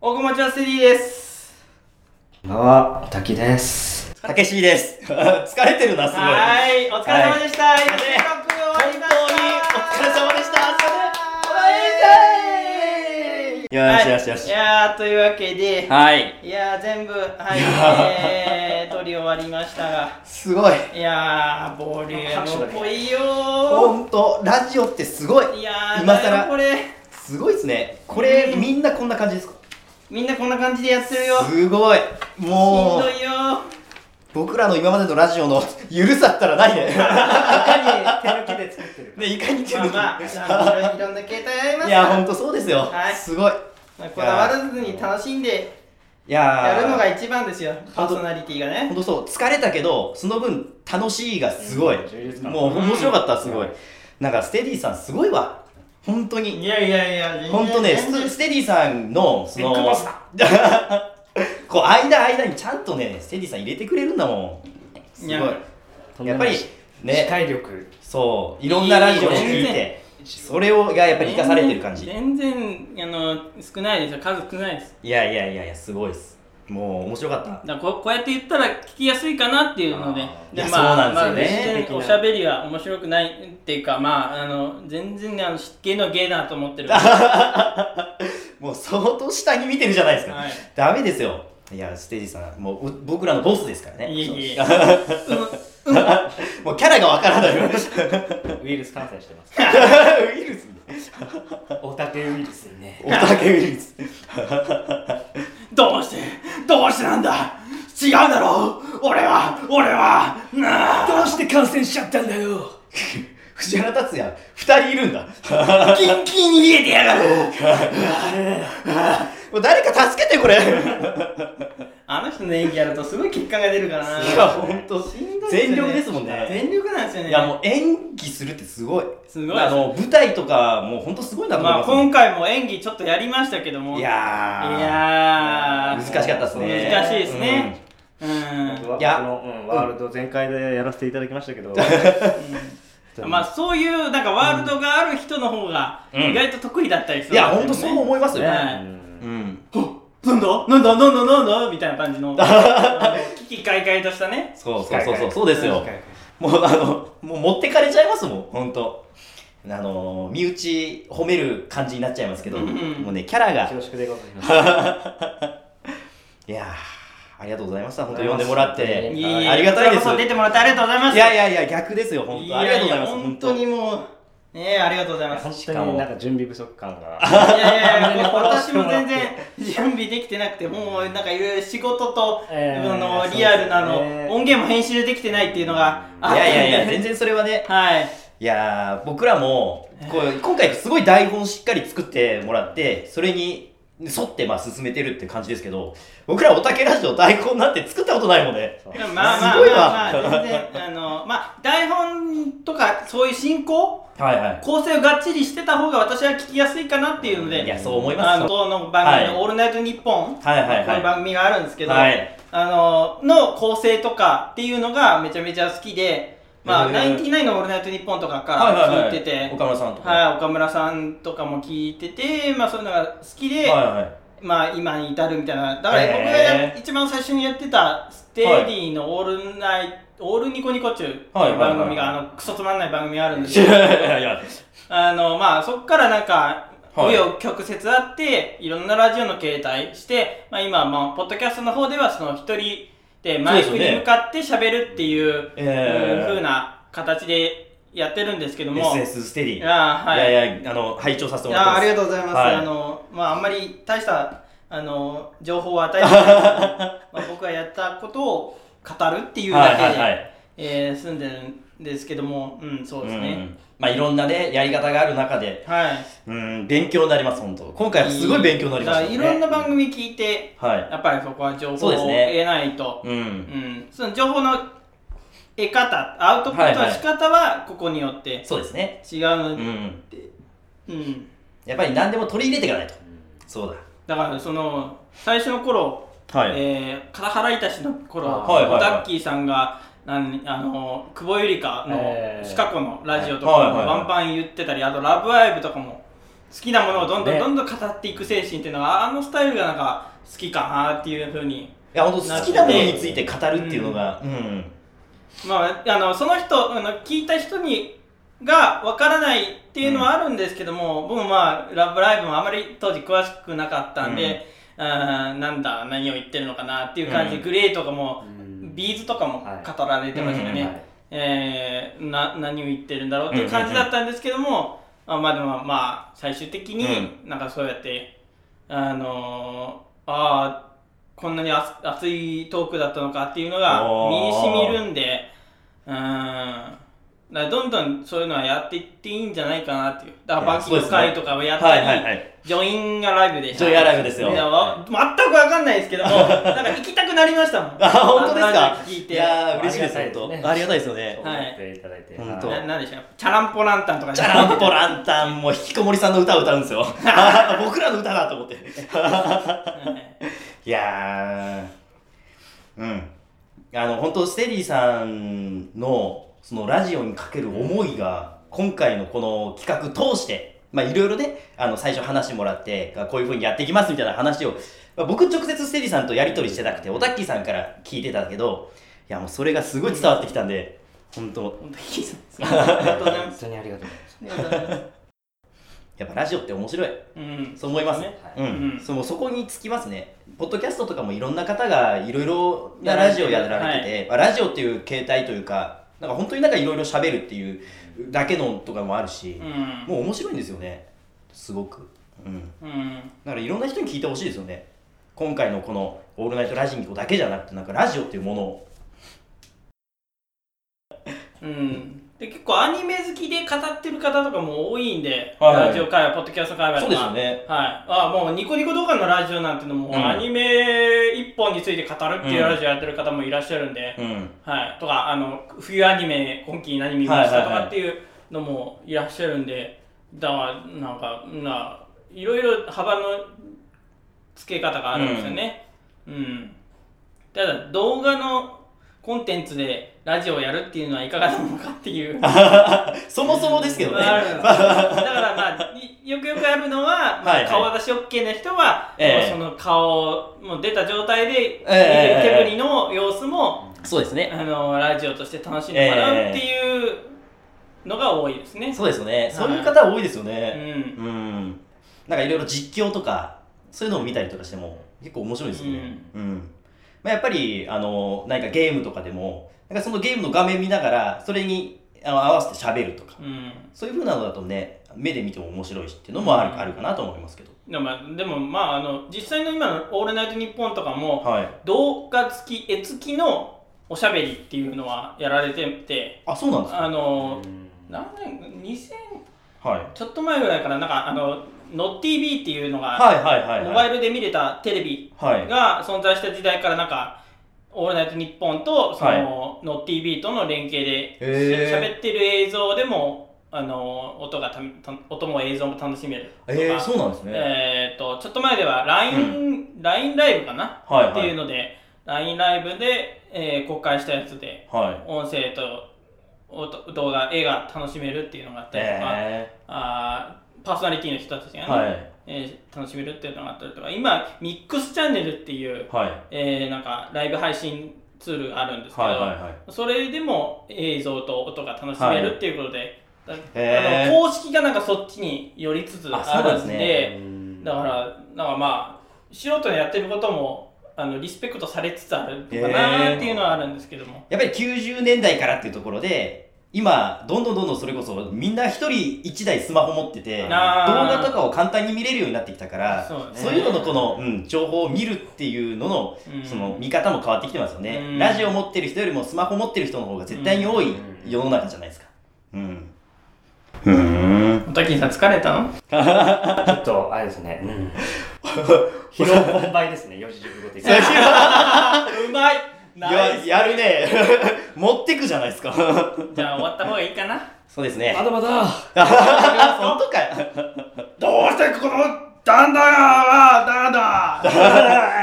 大熊町はセリーです。こんばんは、滝です。たけしーです。 疲れてるな、すごい。はーい、お疲れ様でした。はい、収録終わりました。本当にお疲れ様でしたはいよしよしよしいやー、というわけで、はい。い、やー、全部、はい、いやーえー、撮り終わりましたが、すごい。いやー、ボリューム濃いよほー。んと、ラジオってすごい。いやー、今更だよこれ、すごいですね。これ、うんみんなこんな感じですかみんなこんな感じでやってるよ。しんすごい。もどう、いよー。僕らの今までのラジオの ゆるさったらないね。 かに手抜きで作ってる。ね、いかに手ま抜きあまあ、いろんな携帯ありますからいや、ほんとそうですよはい。すごい。まあこだわらずに楽しんでいややーるのが一番ですよパーソナリティがほんねとそう、疲れたけど、その分、楽しいがすごい。充実感もう、面白かった、すごいうん。なんか、ステディさん、すごいわ。ほんとに。いやいやいや本当ね、全然スステディさんの、そのビッグボスだ、 こう、間間にちゃんとね、ステディさん入れてくれるんだもん。すごい。いややっぱり、ね、ね、体力。そう、いろんなラジオを聞いいいて、それをがやっぱり生かされてる感じ。全然あの少ないですよ数少ないですいやいやいやいや、すごいです。もう、面白かった。だからこうこうやって言ったら聞きやすいかなっていうのであーいやそうなんですよねまあ全的な然おしゃべりは面白くないっていうかまああの全然あの湿気の芸だと思ってる から もう、相当下に見てるじゃないですか。はいダメですよ。いや、ステディさん、もう、う僕らのボスですからね。いえいえそうもう、 キャラがわからないよ。 ウイルス感染してます。ウイルスオタクウイルスにね。オタケウイルス。 どうしてどうしてなんだ違うだろう俺は俺はなあどうして感染しちゃったんだよ。 藤原達也、二人いるんだ。キンキンに冷えてやがる もう誰か助けてこれ。いあの人の演技やるとすごい結果が出るからなや、ほんと、どいっすよね全力ですもんね。全力なんですよねいや、もう演技するってすごい。すごいあの、舞台とか、もうほんとすごいなと思いまあますも今ん。回も演技ちょっとやりましたけどもいいややー、ー難しかったですね。難しいですねうん、僕はや僕の、うん、ワールド全開でやらせていただきました けど。まあそういうなんかワールドがある人の方がうん意外と得意だったりすうん。るいや、ほんとそう思いますよ。ねうんうん。なんだなんだなんだなんだみたいな感じのあの危機快々としたねそうそうそうそう、そうですよ機械。がもうあの、もう持ってかれちゃいますもん、ほんと。あの、身内褒める感じになっちゃいますけど、うんうんもうね、キャラが、恐縮でございます。いやー、ありがとうございました。本当呼んでもらっあて。りいえいえありがたいですこちらこそ出てもらってありがとうございますいやいやいや、逆ですよ、本い当。ありがとうございます。本当にもうねえありがとうございますし本か当もになんか準備不足感が。いやいやいやあんまり私も全フォローしてもら然っ準備できてなくてもうなんかいろいろ仕事と、えーあのリアルなの、そうですね音源も編集できてないっていうのがあったんでいやいやいや、全然それはね。はいいやー、僕らも、こう今回すごい台本しっかり作ってもらって、それに沿ってまあ進めてるって感じですけど、僕らオタケラジオ台本なんて作ったことないもんね。そうでもまあまあすごいわまあまあ全然あのまあ台本とかそういう進行はいはい。構成をがっちりしてた方が私は聞きやすいかなっていうのでいや、そう思いあまのす。当の番組の「はいオールナイトニッポン」はいはいこのは番組があるんですけい。ど、はい。あのの構成とかっていうのがめちゃめちゃ好きで、まあ、へーナインティナインのオールナイトニッポンとかかはいはいはら聞いいてて、はい岡村さんとか。は岡村さんとかも聞いてて、まあ、そういうのが好きいで、はまあ、今に至るみたいな、だからへー僕がや一番最初にやってた、ステディのオールナイト、オールニコニコ中ってはいいはういはいはい番組が、あの、クソつまんない番組があるんでい。すいけど、やいやいや。あの、まあ、そっからなんか、は紆い余曲折あって、いろんなラジオの形態して、まあ今はまあ、ポッドキャストの方では、その一人でマイクそうにですね向かって喋るっていう、えうんー風な形でやってるんですけども。 SS ステディ。いああ、はい。やいや、あの、拝聴させてもらってあまあすり。がとうございます、はいあのまああんまり大したあの情報を与えてないんですけど まあ僕がやったことを語るっていうだけで、はいはいはい。えー住んでるんですけどもうんそうですんうね、んまあいろんなねやり方がある中で、はいうん勉強になります本当。今回はすごい勉強になりました、ね。だからいろんな番組聞いてはい。やっぱりそこは情報そをうです得ねないとう。うんん、その情報の得方アウトプットの仕方はここによってそうですね。違うのうで、ん。うん、やっぱり何でも取り入れていかないと。そうだからその最初の頃だ。は。えー、カラハライタシの頃、あーはいはいはいダッキーさんが、なんあの久保ゆりかのえーシカゴのラジオとはいかはいもはいバンバン言ってたり、あと「ラブライブ!」とかも好きなものをどんどんねどんどん語っていく精神っていうのはあのスタイルがなんか好きかなっていうふうにいや本当好きなものについて語るっていうのが、うんまあ、あのその人あの聞いた人にがわからないっていうのはあるんですけども、僕もまあ「ラブライブ!」もあまり当時詳しくなかったんで、あーなんだ何を言ってるのかなっていう感じで、うんグレーとかも、うんビーズとかもはい語られてましたよね、うんはいえーな何を言ってるんだろうっていう感じだったんですけども、あまあでもまあ最終的になんかそうやって、あのーああこんなに熱熱いトークだったのかっていうのがおー身にしみるんでうーんだからどんどんそういうのはやっていっていいんじゃないかなっていうだからバッキいやそうーでのす会とねかをやっはいたはいりはいジョインがライブでしたジョインがライブですよいやわ全くわかんないですけどもなんか行きたくなりましたもん あ本当ですあのラかジオ聞いていやー嬉しいですありがたい本ですね当ありがたいですよねそうやっていただいてはいはい本当ななんでしょうチャランポランタンとかチャ ランポランタンも引きこもりさんの歌を歌うん ですよ僕らの歌だと思ってはいいやー、うん。あの、本当ステディさんの、そのラジオにかける思いが、今回のこの企画通して、まあいろいろね、あの、最初話もらって、あこういう風にやっていきますみたいな話を、まあ、僕直接ステディさんとやりとりしてなくて、オタッキーさんから聞いてたけど、いやもうそれがすごい伝わってきたんで、本当本当にいいですありがとうございま本す。当にありがとうございますありがとうございますやっぱラジオって面白い。うん。そう思いますね。ううんん、そのそこにつきますね。ポッドキャストとかもいろんな方がいろいろなラジオやられてて、まあラジオっていう形態というか、なんか本当になんかいろいろ喋るっていうだけのとかもあるしう、ん。もう面白いんですよね。すごく。うん。うん。だからいろんな人に聞いてほしいですよね。今回のこの「オールナイトラジオ」だけじゃなくて、なんかラジオっていうものを。うん。で、結構アニメ好きで語ってる方とかも多いんで、はいラジオ会話、ポッドキャスト会話とか。そうですよね。はい。あもうニコニコ動画のラジオなんてのも、うんアニメ一本について語るっていううんラジオやってる方もいらっしゃるんで、うん。 はい。とか、あの、冬アニメ、今季何見ましたとかっていうのもいらっしゃるんで、だから、なんか、な、いろいろ幅の付け方があるんですよね。うん。ただ、動画のコンテンツでラジオをやるっていうのはいかがなものかっていう。そもそもですけどね。あ るだからまあいよくよくあるのは、まあはいはい顔出し OK な人は、ええもうその顔もう出た状態で、ええ手振りの様子も、そうですね。あのラジオとして楽しんでもらうっていうのが多いですね。そうですよね。そういう方多いですよね。うんうん、なんかいろいろ実況とかそういうのを見たりとかしても結構面白いですよね、うんまあ、やっぱりあの何かゲームとかでもなんかそのゲームの画面見ながらそれにあの合わせて喋るとかうんそういうふうなのだとね目で見ても面白いしっていうのもある,、うんあるかなと思いますけどでもまあでもまああの実際の今の「オールナイトニッポン」とかも、はい動画付き絵付きのおしゃべりっていうのはやられててあそうなんですかあの、うん何年2000はいちょっと前ぐらいからなんかあのノッ TV っていうのが、はいはいはいモはバいイルで見れたテレビはいが存在した時代からなんか「オールナイトニッポン」とその、はいノッ TV との連携でしへー喋ってる映像でもあの音がたた音も映像も楽しめるとか、えー、そうなんですね、えー、とちょっと前では LINE、ラインライブかな、はいはいっていうので LINE ライブで、えー公開したやつではい音声と音動画絵が楽しめるっていうのがあったりとか、えあーパーソナリティの人たちがね、ー、はいえー楽しめるっていうのがあったりとか今ミックスチャンネルっていう、はいえーなんかライブ配信ツールがあるんですけど、はいはいはいそれでも映像と音が楽しめるっていうことで、だへーあの公式がなんかそっちに寄りつつああそうなるんんですでねだからなんかまあ素人のやってることもあのリスペクトされつつあるのかなっていうのはあるんですけども、やっぱり90年代からっていうところで、今、どんどんどんどんそれこそ、みんな一人一台スマホ持ってて、動あー画とかを簡単に見れるようになってきたから、そうねいうののこの、うん、情報を見るっていうのの、うんその見方も変わってきてますよね、うんラジオ持ってる人よりもスマホ持ってる人の方が絶対に多い世の中じゃないですか。うん。うーん。おたきさん疲れたの ちょっとあれですね、うん、疲労困憊ですね4時15的うにまいナイやスやるね。 持ってくじゃないですか。 じゃあ終わった方がいいかなそうですね。だまだ 本当かよ。どうしてこの段だがだだ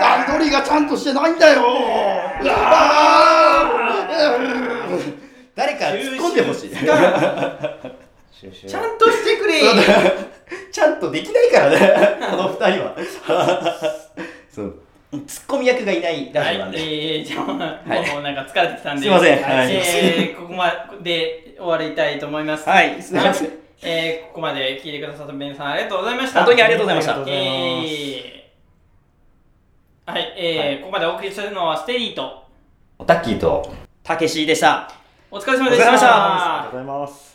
段取りがちゃんとしてないんだようわー誰か突っ込んでほしい。ちゃんとしてくれちゃんとできないからね、この二人は。そう。ツッコミ役がいないラはいジオなん、で。えー、じゃあ、いもうなんか疲れてきたんで、すいませんははいいえー、ここまで終わりたいと思います。はい、すみませんは。えー、ここまで聞いてくださった皆さんありがとうございました。本当にありがとうございましたえーはい、えーここまでお送りするのはステリーと、タッキーと。たけしでした。お疲れ様でしお疲れ様でしたありがとうございます。